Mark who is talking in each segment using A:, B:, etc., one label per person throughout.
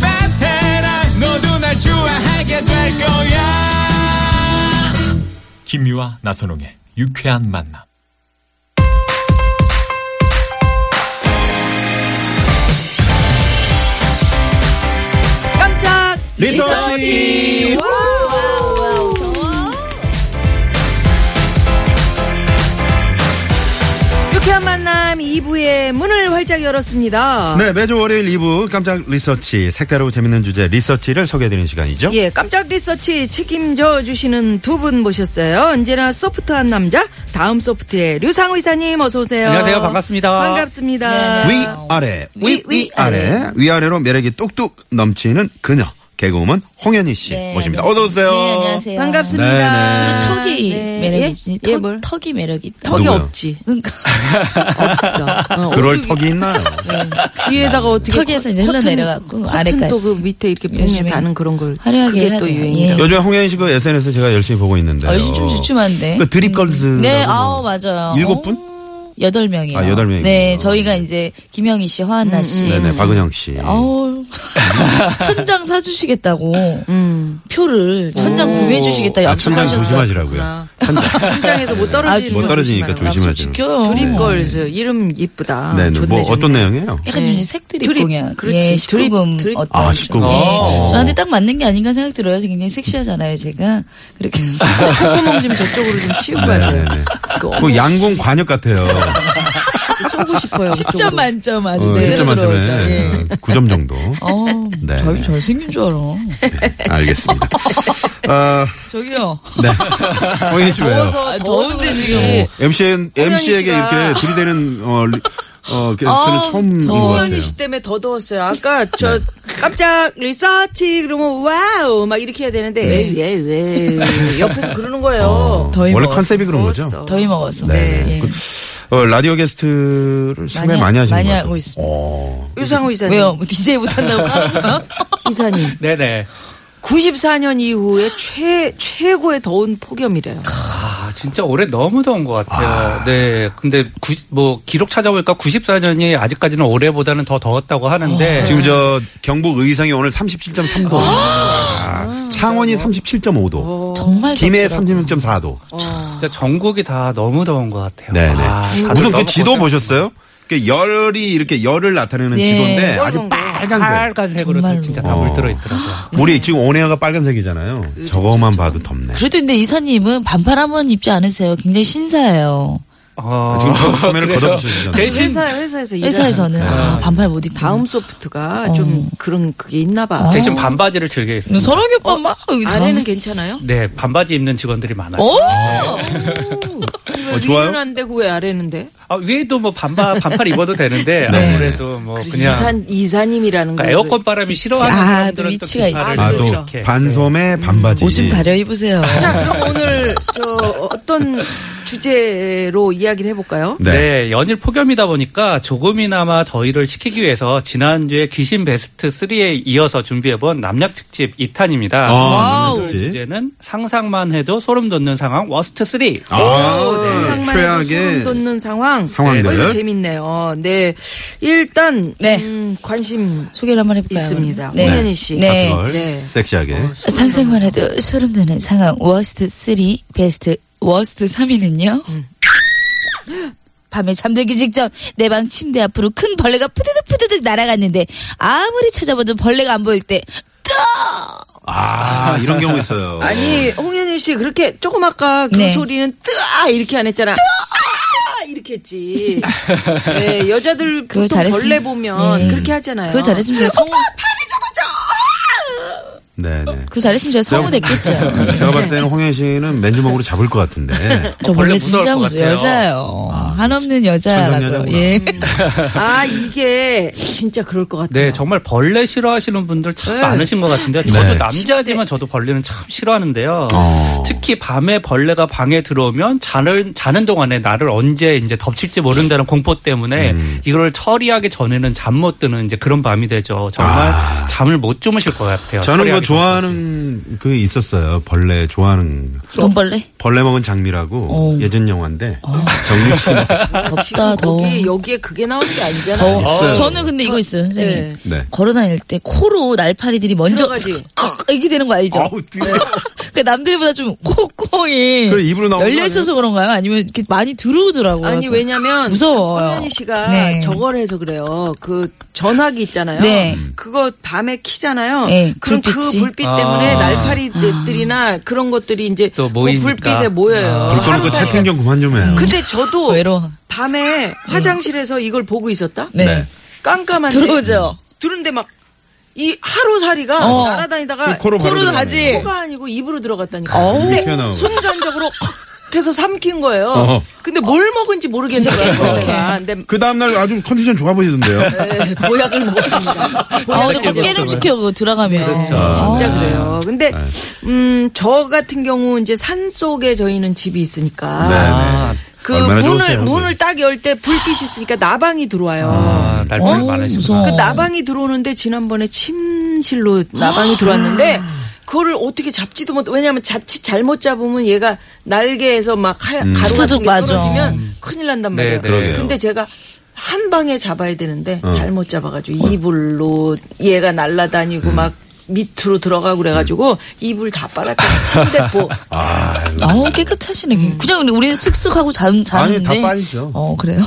A: 베테랑 너도 날 좋아하게 될 거야
B: 김미화 나선홍의 유쾌한 만남.
C: 깜짝
A: 리서치
C: 유쾌한 만남 2부의 문을 활짝 열었습니다.
D: 네, 매주 월요일 2부 깜짝 리서치, 색다르고 재밌는 주제 리서치를 소개해드리는 시간이죠.
C: 예, 깜짝 리서치 책임져 주시는 두 분 모셨어요. 언제나 소프트한 남자, 다음 소프트의 류상우 이사님 어서 오세요.
E: 안녕하세요. 반갑습니다.
C: 반갑습니다.
D: 위, 아래, 위,
C: 위,
D: 위, 아래. 위아래로 매력이 뚝뚝 넘치는 그녀, 개그우먼 홍현희 씨 모십니다. 어서오세요.
F: 네, 안녕하세요. 아,
C: 반갑습니다.
D: 네,
F: 턱이
C: 네.
F: 매력이지.
C: 예? 예,
F: 턱,
C: 뭘?
F: 턱이 매력이. 있다.
C: 턱이
D: 누구요?
C: 없지.
F: 그러니까
C: 없어. 어,
D: 그럴
C: 어떻게
D: 턱이 있나요?
F: 네.
C: 네. 귀에다가 어떻게
F: 턱에서 이제
C: 커튼-
F: 흘러내려갖고
C: 커튼
F: 아래까지.
C: 또그 밑에 이렇게 봉에
F: 요즘에
C: 다는 그런 걸
F: 화려하게
C: 그게
F: 해야
C: 또
F: 돼요.
C: 유행이에요.
F: 예.
D: 요즘에 홍현희 씨 그 SNS 제가 열심히 보고 있는데요.
F: 아, 요즘 좀 주춤한데.
D: 그 드립걸스.
F: 네, 아우 맞아요.
D: 일곱 분?
F: 어, 여덟 명이요.
D: 아, 여덟 명이구나.
F: 네, 저희가 이제 김영희 씨, 허한나 씨.
D: 음. 네네, 박은영 씨.
F: 아우 천장 사주시겠다고
C: 음.
F: 표를 천장 구매해 주시겠다
D: 아, 천장
F: 약속하셨어요.
D: 조심하시라고요.
C: 현장에서 못 떨어지는
F: 아, 네.
D: 못뭐 떨어지니까
C: 조심하라고.
D: 조심하세요.
F: 지켜요.
D: 네.
C: 드립걸즈 이름
F: 아,
C: 이쁘다.
D: 네네,
C: 좋네,
D: 뭐
C: 좋네.
D: 어떤 내용이에요?
F: 약간
C: 네.
F: 요즘 색드립
C: 드립,
F: 공연.
C: 그렇지.
F: 예,
C: 드립,
F: 19금
C: 드립.
F: 어떤.
D: 아, 19금.
F: 예,
D: 오.
F: 저한테 딱 맞는 게 아닌가 생각 들어요. 그래서 굉장히 섹시하잖아요, 제가. 그렇게.
C: 콧구멍 좀 저쪽으로 좀 치우고 가세요.
D: 네네네.
F: 예.
C: 너무
D: 그 양궁 관역 같아요.
C: 쏘고 싶어요. 그쪽으로.
F: 10점 만점 아주
D: 어,
F: 제대로
D: 10점 만점에
F: 들어오죠. 예.
D: 9점 정도.
F: 어,
D: 네.
F: 자기 잘생긴 줄 알아.
D: 알겠습니다. 어,
F: 저기요.
D: 네. 홍현희 씨 왜요? 어,
C: 더워서
F: 아, 더운데 지금.
C: 그러지.
D: MCN,
C: 홍현희
D: MC에게
C: 씨가-
D: 이렇게 들이대는, 어, 리- 어, 게스트는 처음 인것 같아요. 네.
C: 홍현희 씨 때문에 더 더웠어요. 아까 저 깜짝 리서치 그러면 와우 막 이렇게 해야 되는데
D: 네.
C: 왜왜 왜. 옆에서 그러는 거예요.
F: 더위
D: 원래
F: 먹었어.
D: 컨셉이 그런 거죠?
C: 더웠어.
F: 더위 먹어서.
D: 네.
F: 예.
D: 그, 어, 라디오 게스트를 상당히 많이,
F: 많이 하-
D: 하시는
F: 많이
D: 것 같아요.
F: 하고 있습니다.
D: 어.
C: 유상호 이사님.
F: 왜요? 뭐 DJ 못한다고 까는
C: 이사님.
E: 네네.
C: 94년 이후에 최 최고의 더운 폭염이래요.
E: 아, 진짜 올해 너무 더운 것 같아요. 네. 근데 구, 뭐 기록 찾아보니까 94년이 아직까지는 올해보다는 더 더웠다고 하는데
D: 지금 저 경북 의성이 오늘 37.3도. 아, 창원이 37.5도.
F: 어, 정말
D: 김해
F: 덥더라고요.
D: 36.4도.
C: 아, 어.
E: 진짜 전국이 다 너무 더운 것 같아요.
D: 네네.
E: 아, 다들
D: 무슨 그
E: 너무
D: 지도
E: 고생-
D: 보셨어요? 그 열이 이렇게 열을 나타내는
F: 예.
D: 지도인데 네, 아주
C: 빨간 거.
D: 빨간색.
E: 빨간색으로 다
F: 정말로.
E: 진짜 다
D: 어.
E: 물들어 있더라고요.
D: 우리 지금 온에어가 빨간색이잖아요. 저거만 봐도 덥네.
F: 그래도 근데 이사님은 반팔 한번 입지 않으세요. 굉장히 신사예요.
E: 어,
D: 아, 지금 저 소매를
E: 그래서
D: 걷어붙이시잖아요.
E: 대신
C: 회사 회사에서 일하는 어.
F: 회사에서는
D: 네.
F: 아, 반팔 못 입고.
C: 다음 소프트가 좀 그런 그게 있나 봐.
F: 아.
E: 대신 반바지를 즐겨 입습니다.
F: 서렁이 오빠 막 여기 다음
C: 어.
F: 어?
C: 아내는 괜찮아요?
E: 네, 반바지 입는 직원들이 많아요.
F: 오!
D: 어?
C: 왜
D: 좋아요?
C: 위는 안 되고 왜 아래는데?
E: 아, 위에도 뭐 반바 반팔 입어도 되는데
D: 네.
E: 아무래도 뭐 그냥
C: 이산 이사님이라는 거.
E: 그러니까 에어컨 바람이 싫어하는
F: 아,
E: 사람들은
F: 또
E: 또
F: 위치가
E: 반팔을
D: 아,
C: 있어요.
D: 또
C: 그렇죠.
E: 이렇게.
D: 반소매 반바지.
F: 옷좀 가려 입으세요.
C: 자, 그럼 오늘 저 어떤 주제로 이야기를 해볼까요?
D: 네.
E: 네, 연일 폭염이다 보니까 조금이나마 더위를 식히기 위해서 지난주에 귀신 베스트 3에 이어서 준비해본 남약 특집 2탄입니다.
D: 아,
E: 오늘 주제는 상상만 해도 소름 돋는 상황 워스트 3.
C: 오,
D: 아,
C: 어, 상상만 해도 소름
D: 최악의
C: 돋는 상황.
D: 상황들.
C: 어, 이거 재밌네요. 네, 일단
F: 네.
C: 음, 관심
F: 소개를 한번 해볼까요?
C: 있습니다.
F: 네.
C: 홍현희 씨.
F: 네.
D: 걸
C: 네.
D: 섹시하게.
F: 상상만 해도 소름 돋는 상황 워스트 3 베스트 워스트 3위는요 밤에 잠들기 직전 내 방 침대 앞으로 큰 벌레가 푸드득 푸드득 날아갔는데 아무리 찾아봐도 벌레가 안 보일 때
D: 아, 이런 경우 있어요.
E: 네.
C: 아니 홍현희 씨 그렇게 조금 아까 그
F: 네.
C: 소리는 뜨아 이렇게 안 했잖아. 뜨아 이렇게 했지. 네, 여자들
F: 그거
C: 보통
F: 잘했으면-
C: 벌레 보면
F: 예.
C: 그렇게 하잖아요.
F: 그거 잘했으면 제가 성
C: 오빠 팔이 잡아줘.
D: 네, 네.
F: 그 잘했으면 제가 성우 됐겠죠.
D: 제가 봤을 때는 홍현 씨는 맨주먹으로 잡을 것 같은데.
F: 저
E: 원래
F: 원래
E: 무서울
F: 진짜
E: 것
F: 무슨
E: 같아요.
F: 여자예요. 한없는 여자라고.
D: 천상여자구나.
F: 예.
C: 아 이게 진짜 그럴 것 같아요.
E: 네, 정말 벌레 싫어하시는 분들
C: 음.
E: 참
C: 네.
E: 많으신 것 같은데 저도
D: 네.
E: 남자지만 저도 벌레는 참 싫어하는데요.
D: 어.
E: 특히 밤에 벌레가 방에 들어오면 자는 자는 동안에 나를 언제 이제 덮칠지 모른다는 공포 때문에 이걸 처리하기 전에는 잠 못 드는 이제 그런 밤이 되죠. 정말 잠을 못 주무실 것 같아요.
D: 저는 그
E: 처리하기
D: 좋아하는 그 있었어요. 벌레 좋아하는
F: 돈벌레?
D: 벌레 먹은 장미라고
F: 오.
D: 예전 영화인데 정유 씨
F: 덥다, 아, 더워.
C: 거기 여기에 그게 나오는 게 아니잖아요.
F: 더워.
D: 있어요.
F: 저는 근데 이거 있어요, 선생님.
C: 네.
D: 네.
F: 걸어다닐 때 코로 날파리들이 먼저
C: 들어가지.
F: 이게 되는 거 알죠?
D: 아우 뜨거.
F: 그 남들보다 좀 콧구멍이
D: 그래, 입으로 나오는 거
F: 열려 있어서 그런가요? 아니면 이렇게 많이 들어오더라고요.
C: 아니
F: 그래서.
C: 왜냐면
F: 무서워요.
C: 현이 씨가
F: 네.
C: 저걸 해서 그래요. 그 전화기 있잖아요.
F: 네.
C: 그거 밤에 키잖아요.
F: 네,
C: 그럼 그
F: 불빛이.
C: 불빛
E: 아.
C: 때문에 날파리들이나 그런 것들이 이제
E: 또
C: 그
E: 모이니까.
C: 불빛에 모여요.
D: 불 꺼놓고
C: 하루 사이에.
D: 채팅 좀 그만 좀 해요.
C: 근데 저도
F: 뭐 외로워.
C: 밤에 화장실에서 이걸 보고 있었다.
F: 네.
D: 네.
C: 깜깜한데
F: 들어오죠.
C: 들은데 막 이 하루살이가
F: 어.
C: 날아다니다가
D: 그 코로 바로
F: 코로
D: 들어가네요.
F: 가지.
C: 코가 아니고 입으로 들어갔다니까.
F: 어우.
C: 근데
D: 튀어나오고.
C: 순간적으로 콕 해서 삼킨 거예요.
D: 어허.
C: 근데 뭘 먹은지 모르겠는 거예요. 제가. 근데
D: 그 다음 날 아주 컨디션 좋아 보이던데요.
C: 네, 보약을 먹었습니다.
F: 아, 근데 막 깨름 시켜 그거 들어가면
C: 그렇죠.
D: 아.
C: 진짜 그래요. 근데
D: 네.
C: 음, 저 같은 경우 이제 산 속에 저희는 집이 있으니까
D: 네,
C: 그
D: 얼마나
C: 문을
D: 좋으세요, 근데.
C: 문을 딱 열 때 불빛이 있으니까 나방이 들어와요.
E: 아, 날벌레
F: 어,
E: 많으시구나.
F: 무서워.
C: 그 나방이 들어오는데 지난번에 침실로
E: 아.
C: 나방이 들어왔는데 그거를 어떻게 잡지도 못 왜냐하면 자칫 잘못 잡으면 얘가 날개에서 막 하얀 가루 같은
F: 후두둑
C: 게
F: 맞아.
C: 떨어지면 큰일 난단
E: 음. 네,
C: 말이에요.
E: 네. 그러게요. 어.
C: 근데 제가 한 방에 잡아야 되는데 잘못 잡아가지고 이불로 얘가 날아다니고
E: 음.
C: 막 밑으로 들어가고 그래가지고 이불 다 빨았다 침대포
F: 아우 어, 깨끗하시네.
C: 음.
F: 그냥 우리- 우리는 쓱쓱하고 잠 자는데.
D: 다 빨죠.
F: 어 그래요.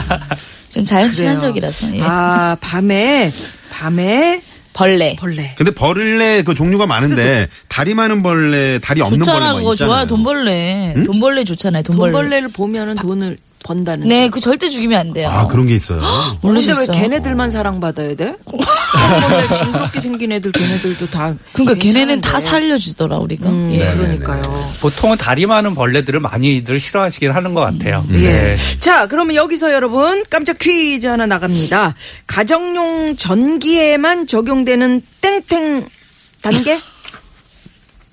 F: 전 자연 친화적이라서 예.
C: 아 밤에 밤에
F: 벌레.
C: 벌레
D: 근데 벌레 그 종류가 많은데 다리 많은 벌레, 다리 없는 벌레
F: 좋잖아
D: 막
F: 그거 좋아
D: 있잖아요.
F: 돈벌레. 돈벌레 좋잖아요 돈벌레.
C: 돈벌레를 보면은 돈을 번다는
F: 네, 그 절대 죽이면 안 돼요.
D: 아 그런 게 있어요.
C: 근데 왜
F: 모르셨어.
C: 걔네들만 사랑받아야 돼? 원래 징그럽게 생긴 애들 걔네들도 다
F: 그러니까 걔네는
C: 괜찮은데.
F: 다 살려주더라 우리가.
C: 음,
F: 예.
D: 네.
C: 그러니까요.
E: 보통은 다리 많은 벌레들을 많이들 싫어하시긴 하는 것 같아요.
F: 네.
E: 네.
C: 예.
D: 네.
C: 자, 그러면 여기서 여러분 깜짝 퀴즈 하나 나갑니다. 가정용 전기에만 적용되는 땡땡 단계?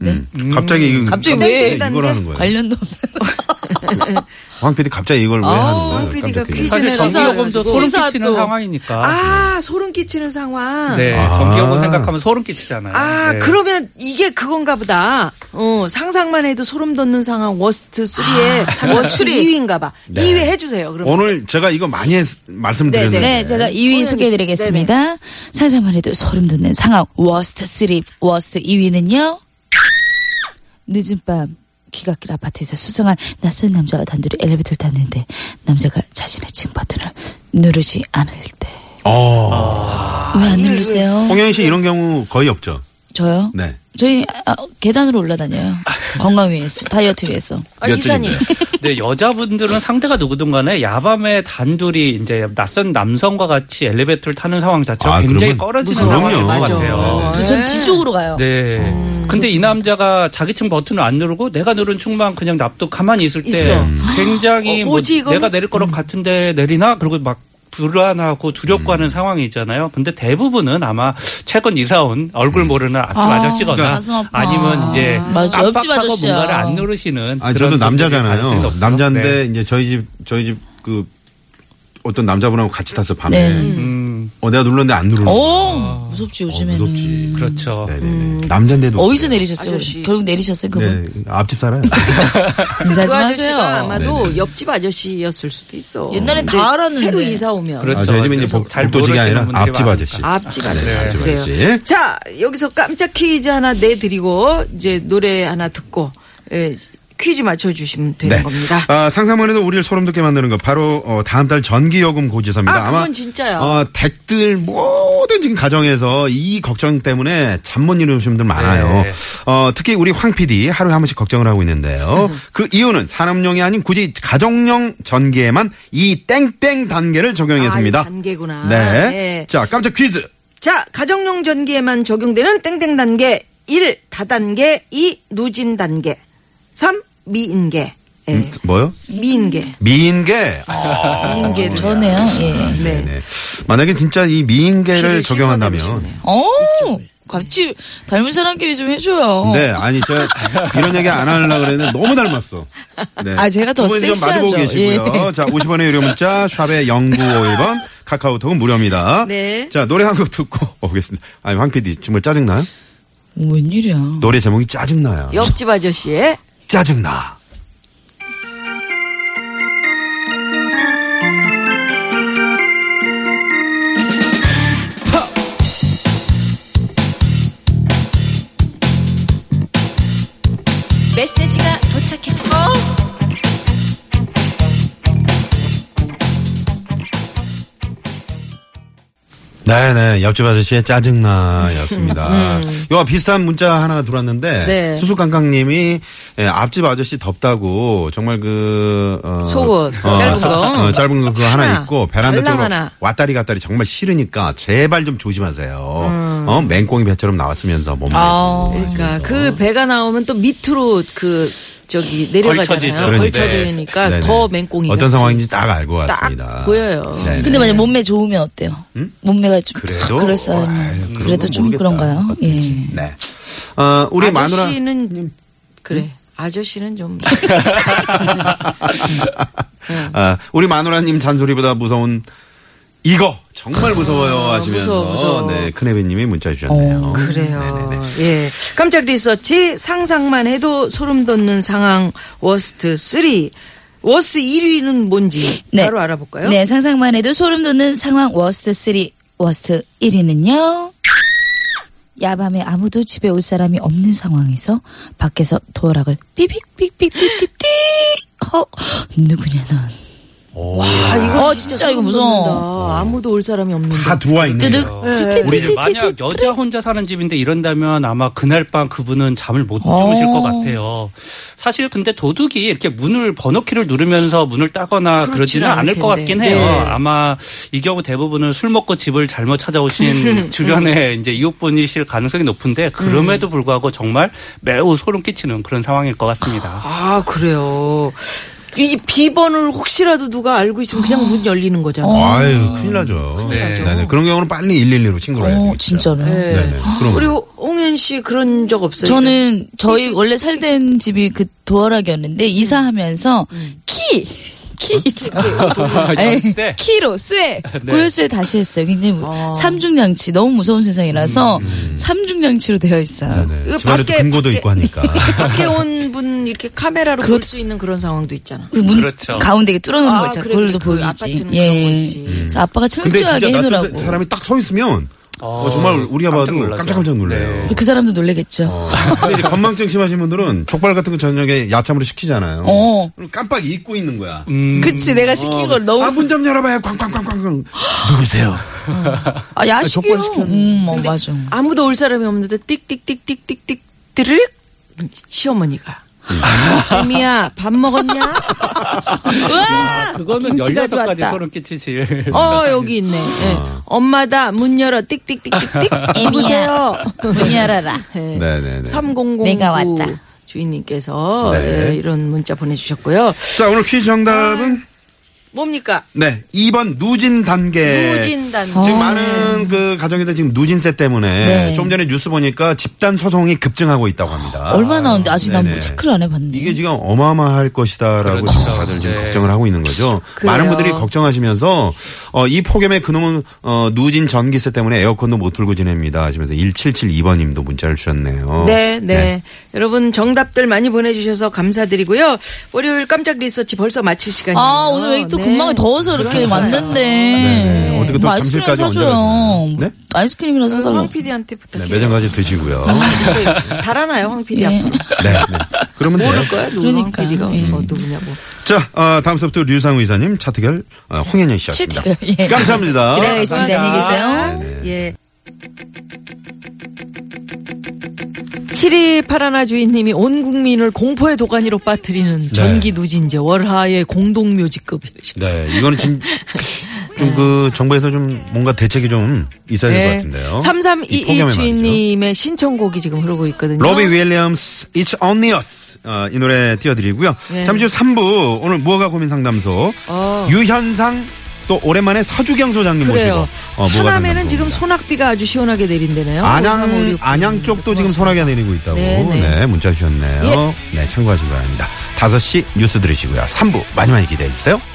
D: 음. 갑자기 이거
F: 갑자기
D: 깜짝
F: 왜
D: 놀랐는데 이걸 하는 거예요?
F: 관련도 없는.
D: 황 PD 갑자기 이걸 왜 하는 거예요?
C: 황 PD 가
D: 깜짝
C: 퀴즈-
D: 놀랐어요.
E: 사실
C: 시사-
E: 전기요금도 소름
F: 시사
E: 끼치는
F: 또-
E: 상황이니까.
C: 아, 소름 끼치는 상황.
E: 네,
D: 아.
E: 전기요금 생각하면 소름 끼치잖아요.
C: 아,
E: 네.
C: 그러면 이게 그건가 보다. 어, 상상만 해도 소름 돋는 상황 워스트 3에
F: 아,
C: 워스트 2위인가 봐.
D: 네.
C: 2위 해주세요. 그럼
D: 오늘 제가 이거 많이 했- 말씀드렸는데.
F: 네, 제가 2위
C: 홍현희 네,
F: 소개해드리겠습니다. 상상만 해도 소름 돋는 상황 워스트 3, 워스트 2위는요. 늦은 밤 귀갓길 아파트에서 수상한 낯선 남자와 단둘이 엘리베이터를 탔는데 남자가 자신의 층 버튼을 누르지 않을 때.
D: 아.
F: 왜 안 누르세요?
C: 어.
D: 홍현 씨 이런 경우 거의 없죠.
F: 저요?
D: 네.
F: 저희 아, 계단으로 올라다녀요. 건강 위해서, 다이어트 위해서.
C: 아,
D: 몇
C: 이사님.
D: 등인데요?
E: 네, 여자분들은 상대가 누구든 간에 야밤에 단둘이 이제 낯선 남성과 같이 엘리베이터를 타는 상황 자체가
D: 아, 그러면-
E: 굉장히
D: 그럼요.
E: 꺼려지는
D: 네.
E: 상황인 것
D: 맞아.
E: 같아요.
F: 그래서
C: 네.
F: 전 뒤쪽으로 가요.
E: 네.
F: 음.
E: 근데 이 남자가 자기 층 버튼을 안 누르고 내가 누른 층만 그냥 납도 가만히 있을 때
C: 있어.
E: 굉장히
C: 어,
E: 뭐
C: 뭐지, 이거는?
E: 내가 내릴 거랑
F: 음.
E: 같은데 내리나? 그리고 막 불안하고 두렵고
D: 음.
E: 하는 상황이 있잖아요. 근데 대부분은 아마 최근 이사 온
D: 음.
E: 얼굴 모르는 앞집
F: 아,
E: 아, 저씨거나
F: 가슴 아파.
E: 아니면 이제
F: 맞아, 옆집
E: 깜빡하고
F: 아저씨야.
E: 뭔가를 안 누르시는
D: 아 저도
E: 그런 분들이 가능성이
D: 남자잖아요.
E: 높죠.
D: 남자인데
E: 네.
D: 이제 저희 집 저희 집 그 어떤 남자분하고 같이 탔어 밤에.
F: 네.
E: 음.
D: 어 내가 눌렀는데 안 누르는. 거야.
F: 오! 어, 무섭지,
D: 아.
F: 요즘에는.
D: 어,
C: 음.
D: 무섭지.
E: 그렇죠.
D: 네네네. 남잔데도.
F: 어디서 내리셨어요?
C: 아저씨.
F: 결국 내리셨어요, 그분?
D: 네 앞집 살아요.
F: 인사
C: 그
F: 좀
C: 아저씨가
F: 하세요.
D: 네,
C: 아마도 옆집 아저씨였을 수도 있어.
F: 옛날엔 다
C: 근데
F: 알았는데.
C: 새로 이사 오면
E: 그렇죠.
D: 아, 저희 집은 이제
E: 그래서
D: 복-
E: 잘
D: 복도지가
E: 모르시는
D: 아니라
E: 분들이
D: 앞집
E: 많으니까.
D: 아저씨.
C: 앞집 아저씨
D: 네, 앞집
C: 그래요.
D: 아저씨.
C: 자 여기서 깜짝 퀴즈 하나 내드리고 이제 노래 하나 듣고 예, 퀴즈 맞춰주시면 되는 겁니다.
D: 아, 상상만 해도 우리를 소름 돋게 만드는 거 바로 어, 다음 달 전기요금 고지서입니다.
C: 아, 그건 진짜야.
D: 어, 댁들 모든 지금 가정에서 이 걱정 때문에 잠 못 이루시는 분들 많아요.
E: 네.
D: 어, 특히 우리 황 PD 하루에 한 번씩 걱정을 하고 있는데요. 그 이유는 산업용이 아닌 굳이 가정용 전기에만 이 땡땡 단계를 적용했습니다.
C: 아, 이 단계구나.
D: 네.
C: 네.
D: 자, 깜짝 퀴즈.
C: 자, 가정용 전기에만 적용되는 땡땡 단계 1. 다단계 2. 누진 단계 3. 미인계 예.
D: 음, 뭐요?
C: 미인계
D: 미인계. 아,
C: 미인계를
F: 저네요. 예.
C: 네.
D: 네. 만약에 진짜 이 미인계를
C: 피를
D: 적용한다면.
C: 씻어내고 싶네요.
F: 어 같이 닮은 사람끼리 좀 해줘요.
D: 네, 아니 저 이런 얘기 안 하려고 그랬는데 너무 닮았어. 네.
F: 아, 제가 더
D: 두 분이 좀
F: 섹시하죠.
D: 마주보고 계시고요.
F: 예.
D: 자, 50원의 유료 문자 샵의 0951번 카카오톡은 무료입니다.
C: 네.
D: 자, 노래 한 곡 듣고 오겠습니다. 아니, 황 PD 정말 짜증나요?
F: 오, 웬일이야.
D: 노래 제목이 짜증나요.
C: 옆집 아저씨의
D: 짜증나.
G: 메시지가 도착했어.
D: 네네 옆집 아저씨의 짜증나였습니다. 요 비슷한 문자 하나 들어왔는데
C: 음. 네.
D: 수수깡깡님이 예, 앞집 아저씨 덥다고 정말 그 어,
C: 속옷, 짧은
D: 속-
C: 거.
D: 어, 짧은 거 그거 하나,
C: 하나,
D: 입고 베란다
C: 달랑
D: 쪽으로
C: 하나.
D: 왔다리 갔다리 정말 싫으니까 제발 좀 조심하세요.
C: 음.
D: 어 맹꽁이 배처럼 나왔으면서 몸에
F: 아,
C: 그러니까 그 배가 나오면 또 밑으로 그 저기 내려가잖아요.
E: 걸쳐지죠.
D: 그러니까.
C: 걸쳐지니까
D: 네네.
C: 더 맹꽁이
D: 어떤
C: 같이.
D: 상황인지 딱 알고
C: 딱
D: 왔습니다.
C: 보여요.
D: 네네.
F: 근데 만약 몸매 좋으면 어때요? 몸매가 좀
D: 그래도
F: 그럴싸요.
D: 아유, 그런
F: 그래도
D: 건
F: 좀
D: 모르겠다.
F: 그런가요? 예.
D: 네. 어, 우리 마누라
C: 아저씨는
F: 음.
C: 그래. 아저씨는 좀
D: 아, 우리 마누라님 잔소리보다 무서운 이거 정말 무서워요 하시면서
C: 무서워, 무서워.
D: 네 큰애비님이 문자 주셨네요.
C: 그래요.
D: 네네네.
C: 예. 깜짝 리서치 상상만 해도 소름 돋는 상황 워스트 3. 워스트 1위는 뭔지
F: 네.
C: 바로 알아볼까요?
F: 네, 상상만 해도 소름 돋는 상황 워스트 3. 워스트 1위는요. 야밤에 아무도 집에 올 사람이 없는 상황에서 밖에서 도어락을 삐빅삐빅 띠띠띠 어, 누구냐 넌.
C: 아, 이거
F: 어, 진짜 이거 무서워.
C: 돋는다. 아무도 올 사람이 없는데.
D: 다 들어와
F: 뜨득.
D: 있네요.
E: 우리
F: 띠띠띠띠띠.
E: 만약 여자 혼자 사는 집인데 이런다면 아마 그날 밤 그분은 잠을 못 주무실
F: 어.
E: 것 같아요. 사실 근데 도둑이 이렇게 문을 번호키를 누르면서 문을 따거나
C: 그렇지는
E: 그러지는 않을
C: 않을
E: 것
C: 텐데.
E: 같긴 해요.
C: 네.
E: 아마 이 경우 대부분은 술 먹고 집을 잘못 찾아오신 주변에 이제 이웃분이실 가능성이 높은데 그럼에도 불구하고 정말 매우 소름 끼치는 그런 상황일 것 같습니다.
C: 아, 그래요. 이 비번을 혹시라도 누가 알고 있으면 그냥 문 열리는 거잖아요.
D: 아유 큰일 나죠.
E: 큰일 나죠.
D: 네네. 그런 경우는 빨리 112로
F: 어,
D: 신고를 해야 돼요.
F: 진짜로.
C: 네.
D: 네네. 그럼
C: 그리고 홍현 씨 그런 적 없어요?
F: 저는 저희 원래 살던 집이 그 도어락이었는데 이사하면서 키! 키 있죠.
E: 열쇠?
F: 키로 쇠
E: 네.
F: 고열쇠를 다시 했어요. 굉장히 무- 삼중장치 너무 무서운 세상이라서 삼중장치로 되어 있어요.
D: 네네.
C: 이거
D: 집안에도
C: 밖에-
D: 금고도
C: 밖에-
D: 있고 하니까.
C: 밖에 온 분 이렇게 카메라로 볼 수 있는 그런 상황도 있잖아.
F: 그 문
E: 그렇죠.
F: 가운데 이렇게 뚫어놓은
C: 아,
F: 거 있잖아.
C: 그래,
F: 그걸로도
C: 그래, 그
F: 보이지.
C: 아파트는 그런 거
F: 예.
C: 있지.
F: 그래서 아빠가
D: 근데 진짜
F: 철저하게
D: 낯선
F: 해놓으라고.
D: 사람이 딱 서 있으면 어,
E: 어,
D: 정말 우리가 봐도
E: 깜짝 놀라죠.
D: 깜짝깜짝 네. 놀래요.
F: 그 사람도 놀래겠죠.
D: 어, 근데 이제 건망증 심하신 분들은 족발 같은 거 저녁에 야참으로 시키잖아요.
F: 어.
D: 그럼 깜빡 잊고 있는 거야.
E: 음.
F: 그치 내가 시킨 걸 너무
D: 아, 문 좀 열어봐요. 꽝꽝꽝꽝꽝. 누구세요?
F: 아, 야식이요. 음, 어, 맞아.
C: 아무도 올 사람이 없는데 띡띡띡띡띡띡 드르륵 시어머니가
F: 음.
C: 애미야 밥 먹었냐? 으아!
E: 그거는
C: 김치가
E: 16가지
C: 들어왔다.
E: 소름 끼치실.
C: 어 여기 있네. 예. 엄마다 문 열어 띡띡띡띡띡
F: 아. 애미야. 문 열어라.
D: 네네네.
C: 3009
F: 내가 왔다.
C: 주인님께서
D: 네.
C: 예, 이런 문자 보내주셨고요.
D: 자, 오늘 퀴즈 정답은
C: 아. 뭡니까?
D: 네, 2번 누진 단계.
C: 누진단.
D: 지금 많은 그 가정에서 지금 누진세 때문에
F: 네.
D: 좀 전에 뉴스 보니까 집단 소송이 급증하고 있다고 합니다.
F: 얼마나 나는데 아직 난뭐
D: 네네.
F: 체크를 안 해봤네.
D: 이게 지금 어마어마할 것이다라고
E: 그렇죠.
D: 지금 다들 지금
E: 네.
D: 걱정을 하고 있는 거죠.
C: 그래요.
D: 많은 분들이 걱정하시면서 어, 이 폭염에 그놈은 어, 누진 전기세 때문에 에어컨도 못 틀고 지냅니다 하시면서 1772번님도 문자를 어. 주셨네요.
C: 네, 네, 여러분 정답들 많이 보내주셔서 감사드리고요. 월요일 깜짝 리서치 벌써 마칠 시간이에요.
F: 아, 오늘 왜 또
C: 네.
F: 금방 더워서 이렇게 왔는데.
D: 네. 어떻게 또
F: 뭐 아이스크림
D: 잠실까지
F: 사줘요.
D: 얹어가지고. 네?
F: 아이스크림이나 사달라고.
C: 황 PD한테
D: 네,
C: 부탁해요.
D: 매장까지 드시고요.
C: 아. 달아나요, 황 PD
F: 예.
C: 앞으로.
D: 네, 네. 그러면 돼요.
C: 모를 거야, 누구 황
F: 그러니까,
C: PD가
F: 예.
C: 뭐 누구냐고.
D: 자, 어, 다음서부터 류상우 이사님, 차트결 어, 홍현희 씨였습니다.
F: 채팅을, 예.
D: 감사합니다. 네.
F: 기대하겠습니다. 안녕히 계세요.
C: 예. 7 2 파라나 주인님이 온 국민을 공포의 도가니로
D: 네.
C: 빠뜨리는 전기 누진제 월하의 공동묘지급 이러셨어요.
D: 네, 이거는 지금 좀 그 정부에서 좀 뭔가 대책이 좀 있어야 될 것 같은데요. 이 폭염에
C: 3322
D: 말이죠.
C: 네. 주인님의 신청곡이 지금 흐르고 있거든요.
D: 로비 윌리엄스 It's Only Us 어, 이 노래 띄워드리고요.
C: 네.
D: 잠시 후 3부 오늘 무허가 고민 상담소
C: 어.
D: 유현상 또 오랜만에 서주경 소장님
C: 그래요.
D: 모시고 어, 무허가
C: 하남에는
D: 상담소.
C: 지금 소낙비가 아주 시원하게 내린대네요.
D: 안양
C: 5356.
D: 안양 쪽도 지금 소나기가 내리고 있다고
C: 네, 예.
D: 네,
C: 네.
D: 문자 주셨네요. 네 참고하시기 바랍니다. 5시 뉴스 들으시고요. 3부 많이 많이 기대해 주세요.